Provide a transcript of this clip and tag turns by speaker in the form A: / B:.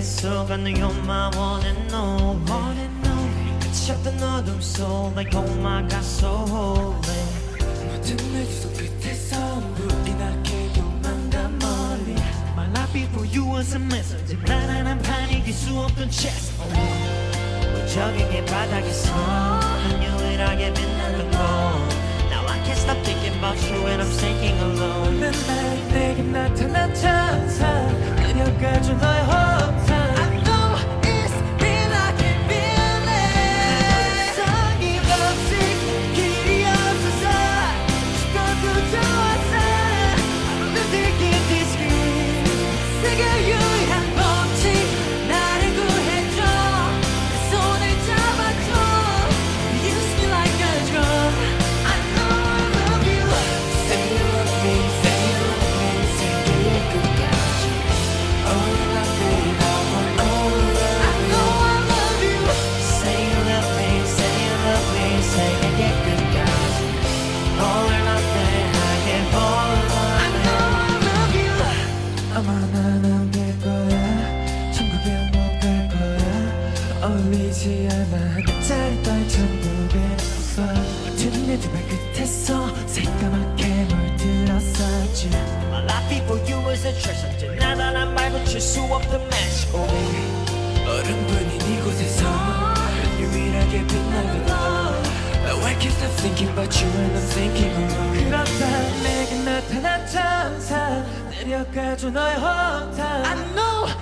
A: so I know you're my one and know One and know 끝이 없던 어둠 속 Like oh my god so holy
B: 모든 날속 끝에서 불이 나게요만 가 멀리
A: My life before you was a mess 가난한 판 이길 수 없던 chess 무적에게 바닥에서 유일하게 빛나는 건 Now I can't stop thinking about you and I'm sinking alone
B: 오는 날 내게 나타난 천사 그녀가준 너의 허탕 I know it's real I can feel it 성이 없이 길이 없어서 죽어도 좋았어 I'm losing in this dream 세계 유일한 법칙 나를 구해줘 내 손을 잡아줘 Use me like a drum I know I love you Say you love me, say you love me, 세계의 끝까지 All I need, I want all of it I know I love you
A: Say you love me, say you love me 세계의 끝까지 All or nothing I give all
B: I
A: or nothing
B: know I love you 아마 난안될 거야 천국에 못 갈 거야 어울리지 않아 끝자리 떠 천국에 없어 모든 내 두발 끝에서 새까맣게 물들었었지
A: My life before you was a treasure 나다란 말고 칠수 없던 match oh.
B: 얼음뿐인 이곳에서 유일하게 빛나는 Now I can't stop thinking about you and I'm thinking alone 그렇다 내게 나타난 천사 내려가줘 너의 허탕 I know 그그